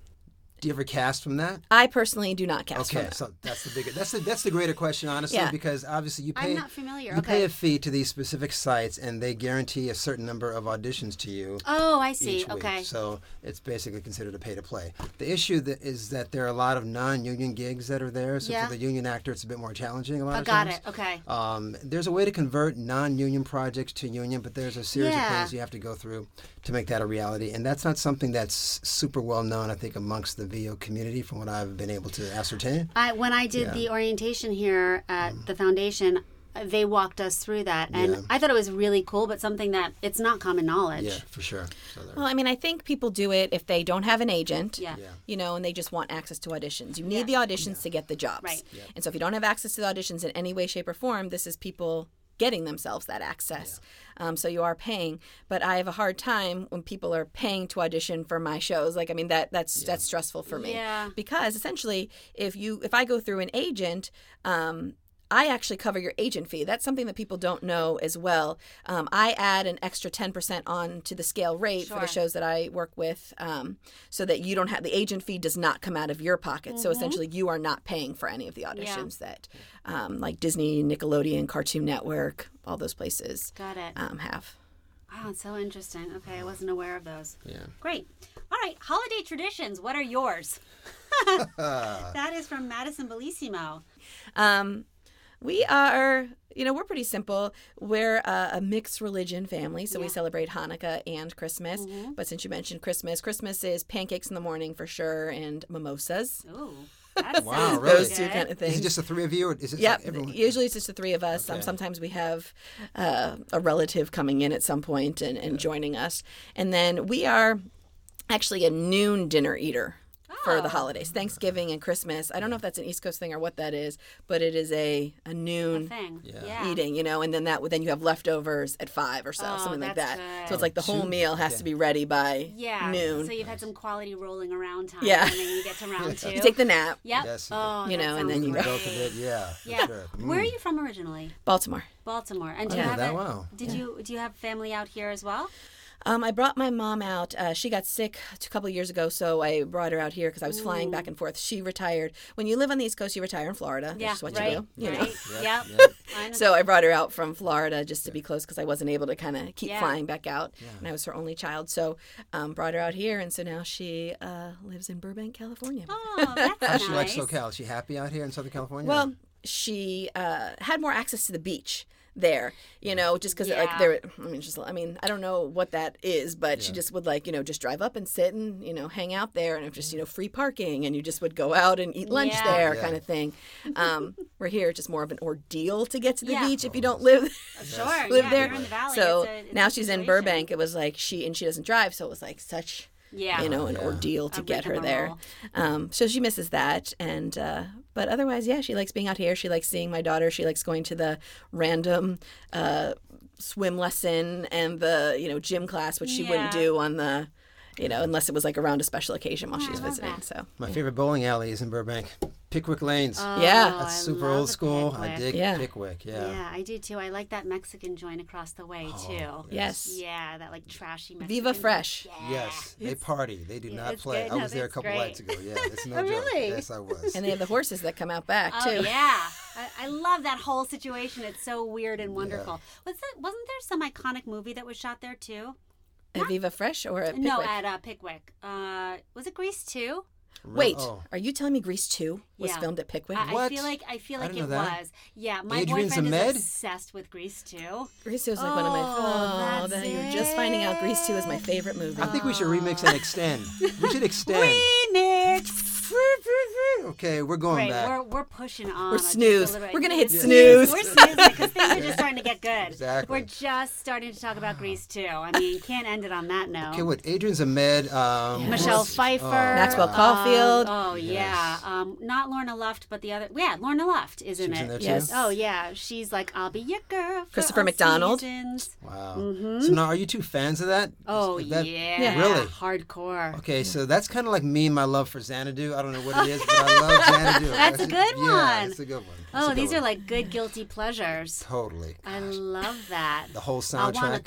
[SPEAKER 2] Do you ever cast from that?
[SPEAKER 3] I personally do not cast from
[SPEAKER 2] Okay,
[SPEAKER 3] that.
[SPEAKER 2] so that's the bigger. That's the that's the greater question, honestly,
[SPEAKER 3] Yeah.
[SPEAKER 2] because obviously you
[SPEAKER 1] I'm
[SPEAKER 2] pay
[SPEAKER 1] not familiar.
[SPEAKER 2] you
[SPEAKER 1] Okay.
[SPEAKER 2] pay a fee to these specific sites, and they guarantee a certain number of auditions to you
[SPEAKER 1] Oh, I see.
[SPEAKER 2] each
[SPEAKER 1] Okay.
[SPEAKER 2] week. So it's basically considered a pay to play. The issue that is that there are a lot of non-union gigs that are there. So
[SPEAKER 1] Yeah.
[SPEAKER 2] for the union actor, it's a bit more challenging. A lot
[SPEAKER 1] I
[SPEAKER 2] of
[SPEAKER 1] got
[SPEAKER 2] times.
[SPEAKER 1] it. Okay.
[SPEAKER 2] Um, there's a way to convert non-union projects to union, but there's a series
[SPEAKER 1] Yeah.
[SPEAKER 2] of things you have to go through to make that a reality, and that's not something that's super well known. I think amongst the VO community, from what I've been able to ascertain.
[SPEAKER 1] I when I did the orientation here at the foundation, uh, they walked us through that, and
[SPEAKER 2] Yeah.
[SPEAKER 1] I thought it was really cool. But something that it's not common knowledge.
[SPEAKER 2] Yeah, for sure. So there-
[SPEAKER 3] Well, I mean, I think people do it if they don't have an agent.
[SPEAKER 1] Yeah.
[SPEAKER 2] Yeah.
[SPEAKER 3] You know, and they just want access to auditions. You need the auditions to get the jobs.
[SPEAKER 1] Right.
[SPEAKER 3] And so if you don't have access to the auditions in any way, shape, or form, this is people getting themselves that access. Um, so you are paying. But I have a hard time when people are paying to audition for my shows. Like, I mean, that that's that's stressful for me.
[SPEAKER 1] Yeah.
[SPEAKER 3] Because essentially, if you if I go through an agent, um, I actually cover your agent fee. That's something that people don't know as well. Um, I add an extra 10% on to the scale rate for the
[SPEAKER 1] Sure.
[SPEAKER 3] shows that I work with um, so that you don't have the agent fee does not come out of your pocket. So
[SPEAKER 1] Mm-hmm.
[SPEAKER 3] essentially, you are not paying for any of the auditions that um, like Disney, Nickelodeon, Cartoon Network, all those places
[SPEAKER 1] Got it.
[SPEAKER 3] um, have.
[SPEAKER 1] Wow, it's so interesting. Okay, I wasn't aware of those.
[SPEAKER 2] Yeah.
[SPEAKER 1] Great. All right, holiday traditions. What are
[SPEAKER 3] <laughs>
[SPEAKER 1] yours? <laughs> that is from Madison Bellissimo.
[SPEAKER 3] Um, we are, you know, we're pretty simple. We're a, a mixed religion family, so we celebrate Hanukkah and Christmas. <laughs> But since you mentioned Christmas, Christmas is pancakes in the morning for sure and mimosas.
[SPEAKER 1] Ooh. That
[SPEAKER 2] Wow,
[SPEAKER 1] sounds
[SPEAKER 2] Oh, really?
[SPEAKER 3] Those two
[SPEAKER 1] good.
[SPEAKER 3] kind of
[SPEAKER 2] Is
[SPEAKER 3] things.
[SPEAKER 2] it just the three of you, or is it
[SPEAKER 3] Yep.
[SPEAKER 2] everyone?
[SPEAKER 3] Usually it's just the three of us. Um,
[SPEAKER 2] Okay.
[SPEAKER 3] sometimes we have uh, a relative coming in at some point and, and joining us. And then we are actually a noon dinner eater for the holidays, Thanksgiving and Christmas. I don't know if that's an East Coast thing or what that is, but it is a, a noon
[SPEAKER 1] thing. Yeah.
[SPEAKER 3] eating, you know, and then that then you have leftovers at five or so,
[SPEAKER 1] Oh,
[SPEAKER 3] something like
[SPEAKER 1] that's
[SPEAKER 3] that.
[SPEAKER 1] good.
[SPEAKER 3] So it's like the whole
[SPEAKER 2] Two-
[SPEAKER 3] meal has to be ready by
[SPEAKER 1] Yeah.
[SPEAKER 3] noon.
[SPEAKER 1] So you've had some quality rolling around time.
[SPEAKER 3] Yeah.
[SPEAKER 1] And then you get
[SPEAKER 3] <laughs>
[SPEAKER 1] to round two.
[SPEAKER 3] you take the nap,
[SPEAKER 1] Yep.
[SPEAKER 2] Yes, you
[SPEAKER 1] oh,
[SPEAKER 3] You
[SPEAKER 1] that
[SPEAKER 3] know, and
[SPEAKER 1] sounds
[SPEAKER 3] then
[SPEAKER 2] Can
[SPEAKER 3] you
[SPEAKER 1] great.
[SPEAKER 2] go for
[SPEAKER 1] <laughs>
[SPEAKER 2] that, yeah, for
[SPEAKER 1] Yeah.
[SPEAKER 2] sure.
[SPEAKER 1] Where are
[SPEAKER 3] Mm.
[SPEAKER 1] you from originally?
[SPEAKER 3] Baltimore.
[SPEAKER 1] Baltimore. And do you
[SPEAKER 2] Yeah.
[SPEAKER 1] have
[SPEAKER 2] That-
[SPEAKER 1] a,
[SPEAKER 2] wow.
[SPEAKER 1] Did you do you have family out here as well?
[SPEAKER 3] Um, I brought my mom out. Uh, she got sick a couple years ago, so I brought her out here because I was flying back and forth. She retired. When you live on the East Coast, you retire in Florida. That's
[SPEAKER 1] Yeah.
[SPEAKER 3] just what
[SPEAKER 1] right.
[SPEAKER 3] you do. You know.
[SPEAKER 1] right. Yep.
[SPEAKER 2] Yep.
[SPEAKER 1] I know.
[SPEAKER 3] So I brought her out from Florida just to be close because I wasn't able to kind of keep
[SPEAKER 1] Yeah.
[SPEAKER 3] flying back out, and I was her only child. So um, brought her out here, and so now she uh, lives in Burbank, California.
[SPEAKER 1] Oh, that's
[SPEAKER 2] How
[SPEAKER 1] nice.
[SPEAKER 2] she likes SoCal? Is she happy out here in Southern California?
[SPEAKER 3] Well, she uh, had more access to the beach there, you know, just because like
[SPEAKER 1] Yeah.
[SPEAKER 3] there. I mean, just I mean, I don't know what that is, but she just would like you know just drive up and sit and you know hang out there, and if just you know free parking, and you just would go out and eat lunch
[SPEAKER 1] Yeah.
[SPEAKER 3] there,
[SPEAKER 2] Yeah.
[SPEAKER 3] kind of thing. Um, we're here, it's just more of an ordeal to get to the
[SPEAKER 1] Yeah.
[SPEAKER 3] beach if you don't live
[SPEAKER 1] sure.
[SPEAKER 3] live
[SPEAKER 1] yeah,
[SPEAKER 3] there.
[SPEAKER 1] You're in the valley.
[SPEAKER 3] so
[SPEAKER 1] it's a- it's a
[SPEAKER 3] now she's in
[SPEAKER 1] situation.
[SPEAKER 3] Burbank. It was like she and she doesn't drive, so it was like such
[SPEAKER 1] Yeah.
[SPEAKER 3] you know, an
[SPEAKER 2] Yeah.
[SPEAKER 3] ordeal
[SPEAKER 1] A
[SPEAKER 3] to get
[SPEAKER 1] rigmarole.
[SPEAKER 3] her there. Um, so she misses that, and uh, but otherwise, yeah, she likes being out here. She likes seeing my daughter. She likes going to the random uh, swim lesson and the you know gym class, which she wouldn't
[SPEAKER 1] Yeah.
[SPEAKER 3] do on the you know unless it was like around a special occasion while she was
[SPEAKER 1] I love
[SPEAKER 3] visiting.
[SPEAKER 1] that.
[SPEAKER 3] So
[SPEAKER 2] my favorite bowling alley is in Burbank, Pickwick Lanes.
[SPEAKER 1] Oh,
[SPEAKER 3] Yeah.
[SPEAKER 1] I
[SPEAKER 2] That's super
[SPEAKER 1] love
[SPEAKER 2] old
[SPEAKER 1] a
[SPEAKER 2] school. I
[SPEAKER 1] Pickwick.
[SPEAKER 2] dig
[SPEAKER 3] Yeah.
[SPEAKER 2] Pickwick. Yeah. Oh,
[SPEAKER 1] Yeah. I do too. I like that Mexican joint across the way too.
[SPEAKER 3] yes,
[SPEAKER 1] Yeah, that like trashy Mexican.
[SPEAKER 3] Viva Fresh.
[SPEAKER 1] Yeah.
[SPEAKER 2] Yes, they party. They do not
[SPEAKER 1] it's
[SPEAKER 2] play.
[SPEAKER 1] good.
[SPEAKER 2] I
[SPEAKER 1] No,
[SPEAKER 2] was there a
[SPEAKER 1] it's
[SPEAKER 2] couple
[SPEAKER 1] great.
[SPEAKER 2] nights ago.
[SPEAKER 1] <laughs>
[SPEAKER 2] Yeah, it's no
[SPEAKER 1] Oh,
[SPEAKER 2] joke.
[SPEAKER 1] really?
[SPEAKER 2] Yes, I was.
[SPEAKER 3] And they have the horses that come out back
[SPEAKER 1] Oh
[SPEAKER 3] too.
[SPEAKER 1] yeah, I, I love that whole situation. It's so weird and wonderful. Was that, wasn't there some iconic movie that was shot there too?
[SPEAKER 3] At Viva Fresh or at
[SPEAKER 1] No,
[SPEAKER 3] Pickwick?
[SPEAKER 1] at uh, Pickwick. Uh, was it Grease too?
[SPEAKER 2] Real-
[SPEAKER 3] Wait,
[SPEAKER 2] oh.
[SPEAKER 3] are you telling me Grease Two was
[SPEAKER 1] Yeah.
[SPEAKER 3] filmed at Pickwick?
[SPEAKER 1] I, I
[SPEAKER 2] What?
[SPEAKER 1] feel like I feel
[SPEAKER 2] I
[SPEAKER 1] like it
[SPEAKER 2] didn't know that.
[SPEAKER 1] was. Yeah, my
[SPEAKER 2] Adrian
[SPEAKER 1] boyfriend
[SPEAKER 2] Zemed?
[SPEAKER 1] is obsessed with Grease too.
[SPEAKER 3] Grease Two is like one of my.
[SPEAKER 1] Oh,
[SPEAKER 3] Oh,
[SPEAKER 1] that's
[SPEAKER 3] that- you're just finding out Grease Two is my
[SPEAKER 1] it.
[SPEAKER 3] favorite movie.
[SPEAKER 2] I think we should remix and extend. We should extend.
[SPEAKER 1] Phoenix.
[SPEAKER 2] Okay, we're going
[SPEAKER 1] Right,
[SPEAKER 2] back.
[SPEAKER 1] we're, we're pushing on.
[SPEAKER 3] We're
[SPEAKER 1] just a
[SPEAKER 3] snooze.
[SPEAKER 1] little bit.
[SPEAKER 3] We're gonna hit
[SPEAKER 1] We're
[SPEAKER 3] snooze.
[SPEAKER 1] We're snoozing because things are
[SPEAKER 2] <laughs>
[SPEAKER 1] just starting to get good.
[SPEAKER 2] Exactly.
[SPEAKER 1] We're just starting to talk about Grease too. I mean, can't end it on that note.
[SPEAKER 2] Okay, what? Adrian Ahmed. Um, who
[SPEAKER 1] Michelle
[SPEAKER 2] else? Oh, uh,
[SPEAKER 1] Pfeiffer,
[SPEAKER 3] Maxwell
[SPEAKER 1] um,
[SPEAKER 3] Caulfield.
[SPEAKER 1] oh yeah, um, not Lorna Luft, but the other. Yeah, Lorna Luft, isn't
[SPEAKER 2] was in
[SPEAKER 1] it?
[SPEAKER 2] there, too?
[SPEAKER 3] Yes.
[SPEAKER 1] Oh yeah, she's like I'll be your girl. for
[SPEAKER 3] Christopher
[SPEAKER 1] all
[SPEAKER 3] McDonald.
[SPEAKER 1] seasons."
[SPEAKER 2] Wow. So now, are you two fans of that?
[SPEAKER 1] Oh
[SPEAKER 2] Is that-
[SPEAKER 1] yeah.
[SPEAKER 2] Really?
[SPEAKER 1] Hardcore.
[SPEAKER 2] Okay, so that's kind of like me and my love for Xanadu. I don't know what it is, but I love
[SPEAKER 1] <laughs>
[SPEAKER 2] Xanadu.
[SPEAKER 1] That's a good
[SPEAKER 2] Yeah,
[SPEAKER 1] one.
[SPEAKER 2] it's a good one. That's a
[SPEAKER 1] Oh,
[SPEAKER 2] good
[SPEAKER 1] these are
[SPEAKER 2] one.
[SPEAKER 1] like good guilty pleasures.
[SPEAKER 2] totally
[SPEAKER 1] I love that.
[SPEAKER 2] the whole
[SPEAKER 1] I want a
[SPEAKER 2] soundtrack.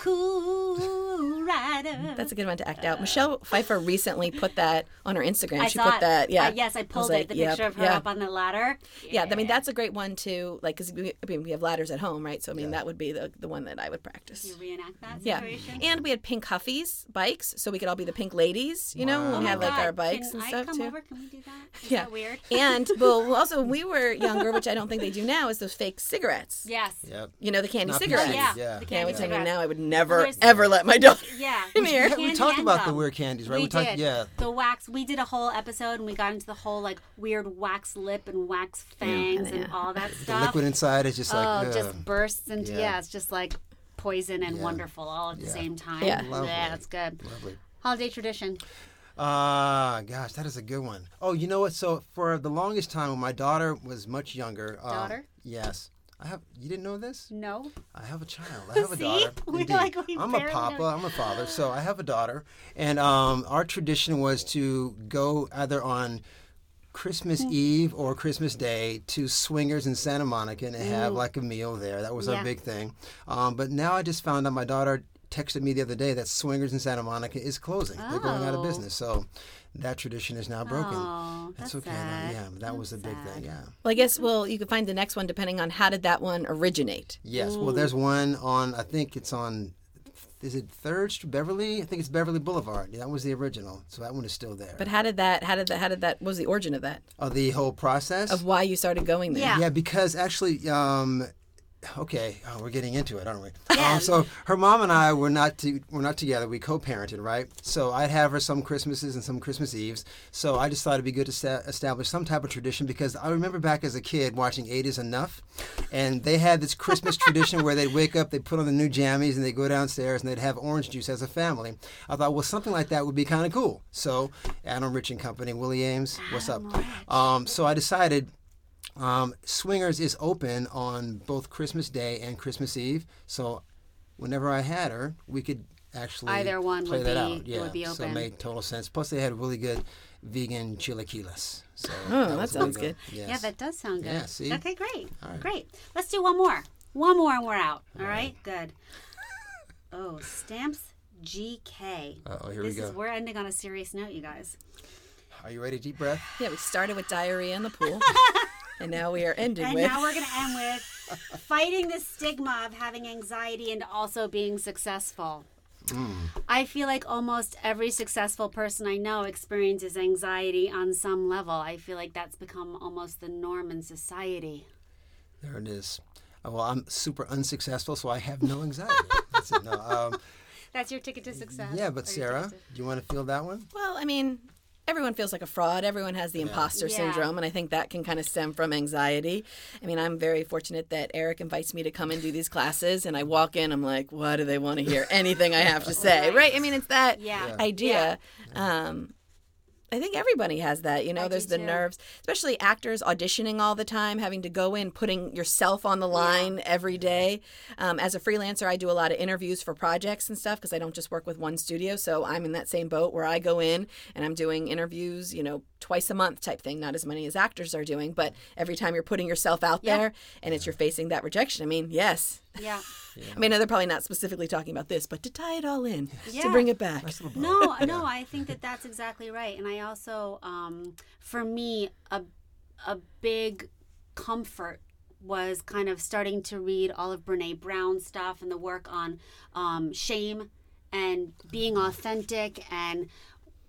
[SPEAKER 1] cool rider.
[SPEAKER 3] <laughs> That's a good one to act out. Michelle Pfeiffer recently put that on her Instagram.
[SPEAKER 1] I
[SPEAKER 3] she
[SPEAKER 1] saw
[SPEAKER 3] put
[SPEAKER 1] it.
[SPEAKER 3] that. Yeah.
[SPEAKER 1] Uh, yes, I
[SPEAKER 3] was
[SPEAKER 1] pulled
[SPEAKER 3] like,
[SPEAKER 1] it. The
[SPEAKER 3] yep,
[SPEAKER 1] picture of her
[SPEAKER 3] yeah.
[SPEAKER 1] up on the ladder.
[SPEAKER 3] Yeah, I mean that's a great one too. Like, 'cause we, I mean, we have ladders at home, right? So I mean that would be the, the one that I would
[SPEAKER 1] You
[SPEAKER 3] practice.
[SPEAKER 1] reenact that
[SPEAKER 3] Yeah,
[SPEAKER 1] situation.
[SPEAKER 3] and we had pink huffies bikes, so we could all be the pink ladies. You know,
[SPEAKER 2] Wow.
[SPEAKER 3] we had like
[SPEAKER 1] Oh God,
[SPEAKER 3] our bikes
[SPEAKER 1] can
[SPEAKER 3] and
[SPEAKER 1] I
[SPEAKER 3] stuff
[SPEAKER 1] come
[SPEAKER 3] too.
[SPEAKER 1] Over? <laughs> Can we do that? Is
[SPEAKER 3] Yeah.
[SPEAKER 1] that weird?
[SPEAKER 3] and well, also when we were younger, which I don't think they do now, is those fake cigarettes.
[SPEAKER 1] Yes.
[SPEAKER 2] Yep.
[SPEAKER 3] You know, the candy
[SPEAKER 2] Not
[SPEAKER 3] cigarettes.
[SPEAKER 2] pieces,
[SPEAKER 1] Yeah.
[SPEAKER 2] Yeah.
[SPEAKER 1] The
[SPEAKER 3] Yeah,
[SPEAKER 1] candy
[SPEAKER 3] which I mean
[SPEAKER 1] cigarettes.
[SPEAKER 3] now I would never
[SPEAKER 1] There's-
[SPEAKER 3] ever let my daughter.
[SPEAKER 1] Yeah.
[SPEAKER 3] Come here.
[SPEAKER 1] The
[SPEAKER 3] Yeah,
[SPEAKER 2] we
[SPEAKER 1] candy
[SPEAKER 2] talked
[SPEAKER 1] and
[SPEAKER 2] about the
[SPEAKER 1] gum.
[SPEAKER 2] weird candies, right?
[SPEAKER 1] We,
[SPEAKER 2] We talked-
[SPEAKER 1] did.
[SPEAKER 2] yeah.
[SPEAKER 1] The wax. We did a whole episode and we got into the whole like weird wax lip and wax fangs and all that
[SPEAKER 2] The
[SPEAKER 1] stuff.
[SPEAKER 2] liquid inside is just like
[SPEAKER 1] oh,
[SPEAKER 2] ugh.
[SPEAKER 1] just bursts and yeah.
[SPEAKER 2] Yeah.
[SPEAKER 1] it's just like poison and wonderful all at the
[SPEAKER 2] Yeah.
[SPEAKER 1] same time.
[SPEAKER 3] Yeah.
[SPEAKER 2] Lovely.
[SPEAKER 1] that's good.
[SPEAKER 2] lovely.
[SPEAKER 1] Holiday tradition.
[SPEAKER 2] Ah, gosh, that is a good one. Oh, you know what? So for the longest time, when my daughter was much younger, um,
[SPEAKER 1] Daughter?
[SPEAKER 2] yes, I have. You didn't know this?
[SPEAKER 1] No.
[SPEAKER 2] I have a child.
[SPEAKER 1] <laughs>
[SPEAKER 2] I have a
[SPEAKER 1] See?
[SPEAKER 2] daughter.
[SPEAKER 1] We're
[SPEAKER 2] Indeed.
[SPEAKER 1] like, we
[SPEAKER 2] I'm a
[SPEAKER 1] barely
[SPEAKER 2] papa.
[SPEAKER 1] know.
[SPEAKER 2] I'm a father. So I have a daughter, and um, our tradition was to go either on Christmas
[SPEAKER 1] Hmm.
[SPEAKER 2] Eve or Christmas Day to Swingers in Santa Monica and have like a meal there. That was
[SPEAKER 1] Hmm. Yeah.
[SPEAKER 2] our big thing. Um, but now I just found out my daughter texted me the other day that Swingers in Santa Monica is closing. They're going out
[SPEAKER 1] Oh.
[SPEAKER 2] of business. So that tradition is now broken.
[SPEAKER 1] Oh, that's
[SPEAKER 2] okay. though.
[SPEAKER 1] sad.
[SPEAKER 2] Yeah, that was a big thing. Yeah.
[SPEAKER 3] Well, I guess well you could find the next one depending on how did that one originate.
[SPEAKER 2] Yes. Well, there's one on. I think it's on. Is it Third Street, Beverly? I think it's Beverly Boulevard. That was the original, so that one is still there.
[SPEAKER 3] But how did that? How did that? How did that? What was the origin of that?
[SPEAKER 2] uh, the whole process.
[SPEAKER 3] Of why you started going there?
[SPEAKER 1] Yeah.
[SPEAKER 2] yeah, because actually, um, okay, oh, we're getting into it, aren't we?
[SPEAKER 1] Yeah.
[SPEAKER 2] Um, so her mom and I were not to, were not together. We co-parented, right? So I'd have her some Christmases and some Christmas Eves. So I just thought it'd be good to sta- establish some type of tradition because I remember back as a kid watching '80s Enough, and they had this
[SPEAKER 1] <laughs>
[SPEAKER 2] Christmas tradition where they'd wake up, they'd put on the new jammies, and they'd go downstairs and they'd have orange juice as a family. I thought, well, something like that would be kind of cool. So Adam Rich and Company, Willie Ames, what's up? Um, so I decided. Um, Swingers is open on both Christmas Day and Christmas Eve. So whenever I had her, we could actually
[SPEAKER 1] Either one
[SPEAKER 2] play
[SPEAKER 1] would
[SPEAKER 2] that
[SPEAKER 1] be-
[SPEAKER 2] out. Yeah,
[SPEAKER 1] would be
[SPEAKER 2] so
[SPEAKER 1] open.
[SPEAKER 2] it made total sense. Plus, they had really good vegan chilaquiles. So
[SPEAKER 3] Oh, that
[SPEAKER 2] was
[SPEAKER 3] sounds
[SPEAKER 2] really
[SPEAKER 3] good.
[SPEAKER 2] Yes.
[SPEAKER 1] Yeah, that does sound good.
[SPEAKER 2] Yeah, see?
[SPEAKER 1] Okay, great.
[SPEAKER 2] right.
[SPEAKER 1] Great. Let's do one more. One more and we're out. All right,
[SPEAKER 2] <laughs>
[SPEAKER 1] good. Oh, Stamps GK.
[SPEAKER 2] Uh-oh, here we
[SPEAKER 1] this is
[SPEAKER 2] go.
[SPEAKER 1] we're ending on a serious note, you guys.
[SPEAKER 2] Are you ready? Deep breath.
[SPEAKER 3] Yeah, we started with diarrhea in
[SPEAKER 1] <laughs>
[SPEAKER 3] the pool, and now we are ending
[SPEAKER 1] And
[SPEAKER 3] with.
[SPEAKER 1] now we're gonna end
[SPEAKER 2] <laughs>
[SPEAKER 1] with fighting the stigma of having anxiety and also being successful.
[SPEAKER 2] Hmm.
[SPEAKER 1] I feel like almost every successful person I know experiences anxiety on some level. I feel like that's become almost the norm in society.
[SPEAKER 2] There it is. Oh, well, I'm super unsuccessful, so I have no anxiety. That's it.
[SPEAKER 1] <laughs>
[SPEAKER 2] No, um,
[SPEAKER 1] That's your ticket to success.
[SPEAKER 2] yeah, but
[SPEAKER 1] Or your
[SPEAKER 2] Sarah,
[SPEAKER 1] ticket
[SPEAKER 2] do
[SPEAKER 1] to-
[SPEAKER 2] you want to feel that one?
[SPEAKER 3] well, I mean, everyone feels like a fraud. Everyone has the imposter
[SPEAKER 1] Yeah.
[SPEAKER 3] syndrome, and I think that can kind of stem from anxiety. I mean, I'm very fortunate that Eric invites me to come and do these classes, and I walk in, I'm like, why do they want to hear anything
[SPEAKER 1] <laughs>
[SPEAKER 3] I have to say?
[SPEAKER 1] Right.
[SPEAKER 3] Right? I mean, it's that
[SPEAKER 1] Yeah. Yeah.
[SPEAKER 3] idea. Um, I think everybody has that. You know,
[SPEAKER 1] do
[SPEAKER 3] there's the
[SPEAKER 1] too.
[SPEAKER 3] nerves, especially actors auditioning all the time, having to go in, putting yourself on the line every day. Um, as a freelancer, I do a lot of interviews for projects and stuff because I don't just work with one studio. So I'm in that same boat where I go in and I'm doing interviews, you know, twice a month type thing, not as many as actors are doing, but every time you're putting yourself out
[SPEAKER 1] Yeah.
[SPEAKER 3] there and it's you're facing that rejection. I mean, yes. <laughs>
[SPEAKER 1] Yeah.
[SPEAKER 3] I mean, they're probably not specifically talking about this, but to tie it all in,
[SPEAKER 1] Yeah.
[SPEAKER 3] to bring it back.
[SPEAKER 1] No, no, I think that that's exactly right. And I also, um, for me, a, a big comfort was kind of starting to read all of Brene Brown's stuff and the work on um, shame and being authentic and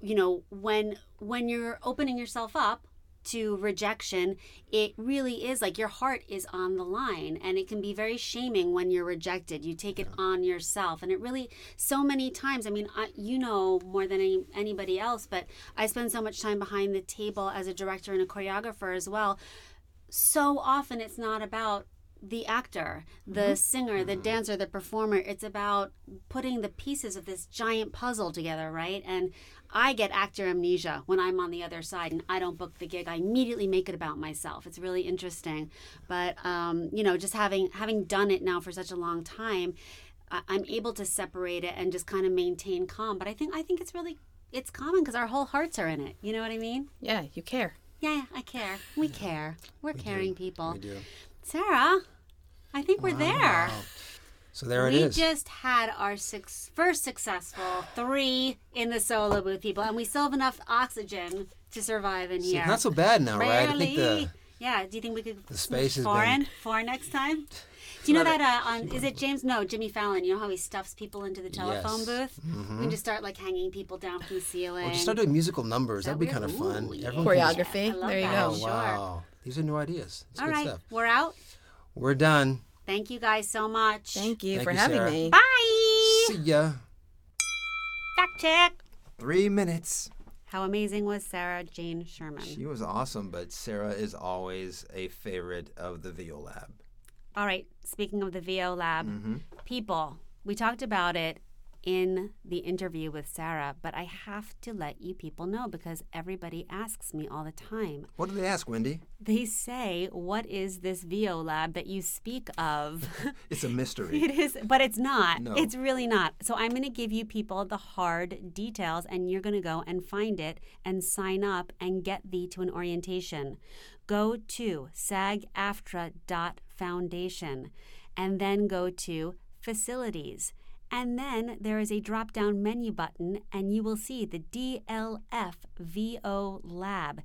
[SPEAKER 1] you know when when you're opening yourself up to rejection it really is like your heart is on the line and it can be very shaming when you're rejected you take it on yourself and it really so many times i mean I, you know more than any, anybody else but i spend so much time behind the table as a director and a choreographer as well so often it's not about the actor, the
[SPEAKER 2] Mm-hmm.
[SPEAKER 1] singer, the dancer, the performer. It's about putting the pieces of this giant puzzle together, right? And I get actor amnesia when I'm on the other side and I don't book the gig. I immediately make it about myself. It's really interesting, but um, you know, just having having done it now for such a long time, I- I'm able to separate it and just kind of maintain calm. But I think I think it's really it's common because our whole hearts are in it. You know what I mean?
[SPEAKER 3] Yeah, you care.
[SPEAKER 1] Yeah, I care. We care. We're caring people.
[SPEAKER 2] We do.
[SPEAKER 1] Sarah, I think we're there.
[SPEAKER 2] So there it
[SPEAKER 1] we
[SPEAKER 2] is.
[SPEAKER 1] just had our six, first successful three in the solo booth, people, and we still have enough oxygen to survive in here.
[SPEAKER 2] Not so bad now, right? I
[SPEAKER 1] Barely.
[SPEAKER 2] think the
[SPEAKER 1] yeah. Do you think we could the
[SPEAKER 2] space has
[SPEAKER 1] foreign
[SPEAKER 2] been-
[SPEAKER 1] foreign next
[SPEAKER 2] <sighs>
[SPEAKER 1] time? Do you know that uh, on is it James? No, Jimmy Fallon. You know how he stuffs people into the telephone
[SPEAKER 2] Yes. Mm-hmm.
[SPEAKER 1] booth? We can just start like hanging people down from the ceiling.
[SPEAKER 2] Well, just start doing musical numbers. That'd be
[SPEAKER 1] weird?
[SPEAKER 2] kind of fun.
[SPEAKER 1] Ooh,
[SPEAKER 2] Everyone
[SPEAKER 1] yeah.
[SPEAKER 2] can just-
[SPEAKER 3] Choreography.
[SPEAKER 1] I love
[SPEAKER 3] There you
[SPEAKER 1] that.
[SPEAKER 3] go.
[SPEAKER 2] Oh,
[SPEAKER 1] Sure.
[SPEAKER 2] wow. These are new ideas. It's
[SPEAKER 1] All
[SPEAKER 2] good
[SPEAKER 1] right,
[SPEAKER 2] stuff.
[SPEAKER 1] we're out.
[SPEAKER 2] We're done.
[SPEAKER 1] Thank you guys so much.
[SPEAKER 3] Thank you
[SPEAKER 2] Thank
[SPEAKER 3] for
[SPEAKER 2] you,
[SPEAKER 3] having
[SPEAKER 2] Sarah.
[SPEAKER 3] me.
[SPEAKER 1] Bye.
[SPEAKER 2] See ya.
[SPEAKER 1] Fact check.
[SPEAKER 4] Three minutes.
[SPEAKER 1] How amazing was Sarah Jane Sherman?
[SPEAKER 4] She was awesome, but Sarah is always a favorite of the VO Lab.
[SPEAKER 1] All right, speaking of the VO lab, people, we talked about it in the interview with Sarah, but I have to let you people know because everybody asks me all the time.
[SPEAKER 4] What did they ask, Wendy?
[SPEAKER 1] They say, What is this VO lab that you speak of? <laughs>
[SPEAKER 4] It's a mystery.
[SPEAKER 1] It is, but it's not.
[SPEAKER 4] No.
[SPEAKER 1] It's really not. So I'm going to give you people the hard details, and you're going to go and find it and sign up and get thee to an orientation. Go to sagaftra.foundation and then go to facilities. And then there is a drop down menu button, and you will see the DLFVO Lab.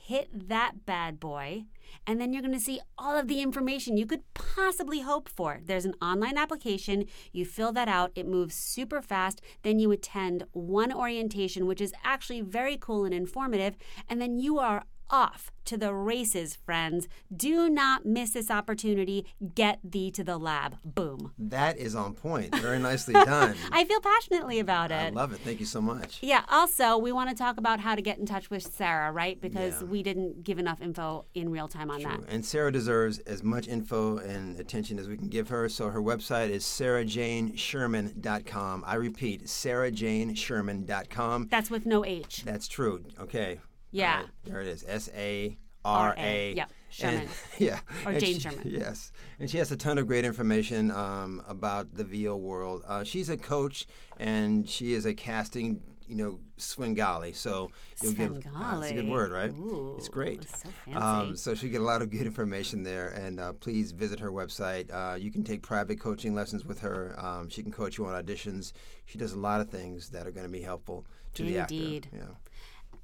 [SPEAKER 1] Hit that bad boy, and then you're going to see all of the information you could possibly hope for. There's an online application. You fill that out, it moves super fast. Then you attend one orientation, which is actually very cool and informative. And then you are off to the races, friends. Do not miss this opportunity. Get thee to the lab. Boom.
[SPEAKER 2] That is on point. Very nicely done.
[SPEAKER 1] <laughs> I feel passionately about it.
[SPEAKER 2] I love it. Thank you so much.
[SPEAKER 1] Yeah. Also, we want to talk about how to get in touch with Sarah, right? Because we didn't give enough info in real time on that.
[SPEAKER 2] And Sarah deserves as much info and attention as we can give her. So her website is sarahjanesherman.com. I repeat, sarahjanesherman.com.
[SPEAKER 1] That's with no H.
[SPEAKER 2] That's true. Okay.
[SPEAKER 1] Yeah.
[SPEAKER 2] All right. There it is. S A R A.
[SPEAKER 1] Yep.
[SPEAKER 2] And- <laughs>
[SPEAKER 1] Sherman.
[SPEAKER 2] yeah.
[SPEAKER 1] Or
[SPEAKER 2] And
[SPEAKER 1] Jane
[SPEAKER 2] she-
[SPEAKER 1] Sherman.
[SPEAKER 2] Yes. And she has a ton of great information um, about the VO world. Uh, she's a coach and she is a casting, you know, Swingali. So you'll get uh, it's a good
[SPEAKER 1] Svengali.
[SPEAKER 2] word, right? it's great.
[SPEAKER 1] so
[SPEAKER 2] Um,
[SPEAKER 1] fancy.
[SPEAKER 2] so she get a lot of good information there, and uh, please visit her website. Uh, you can take private coaching lessons with her. Um, she can coach you on auditions. She does a lot of things that are going to be helpful to
[SPEAKER 1] Indeed.
[SPEAKER 2] the actor. Yeah.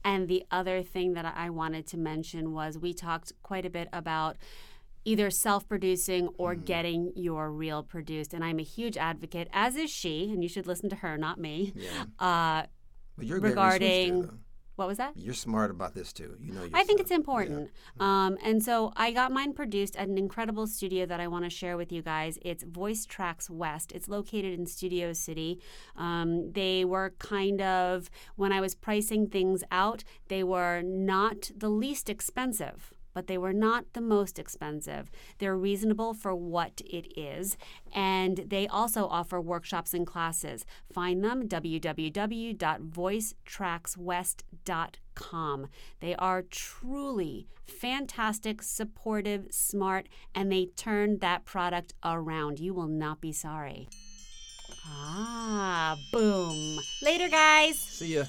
[SPEAKER 1] And the other thing that I wanted to mention was we talked quite a bit about either self producing or getting your reel produced. And I'm a huge advocate, as is she, and you should listen to her, not me. Uh,
[SPEAKER 2] But you're a great researcher,
[SPEAKER 1] Regarding-
[SPEAKER 2] though.
[SPEAKER 1] what was that?
[SPEAKER 2] You're smart about this too. You know. Your
[SPEAKER 1] I think
[SPEAKER 2] stuff.
[SPEAKER 1] it's important. Um, and so I got mine produced at an incredible studio that I want to share with you guys. It's Voice Tracks West. It's located in Studio City. Um, they were kind of, when I was pricing things out, they were not the least expensive. But they were not the most expensive. They're reasonable for what it is. And they also offer workshops and classes. Find them www.voicetrackswest.com com. They are truly fantastic, supportive, smart, and they turn that product around. You will not be sorry. Ah, boom. Later, guys.
[SPEAKER 2] See ya.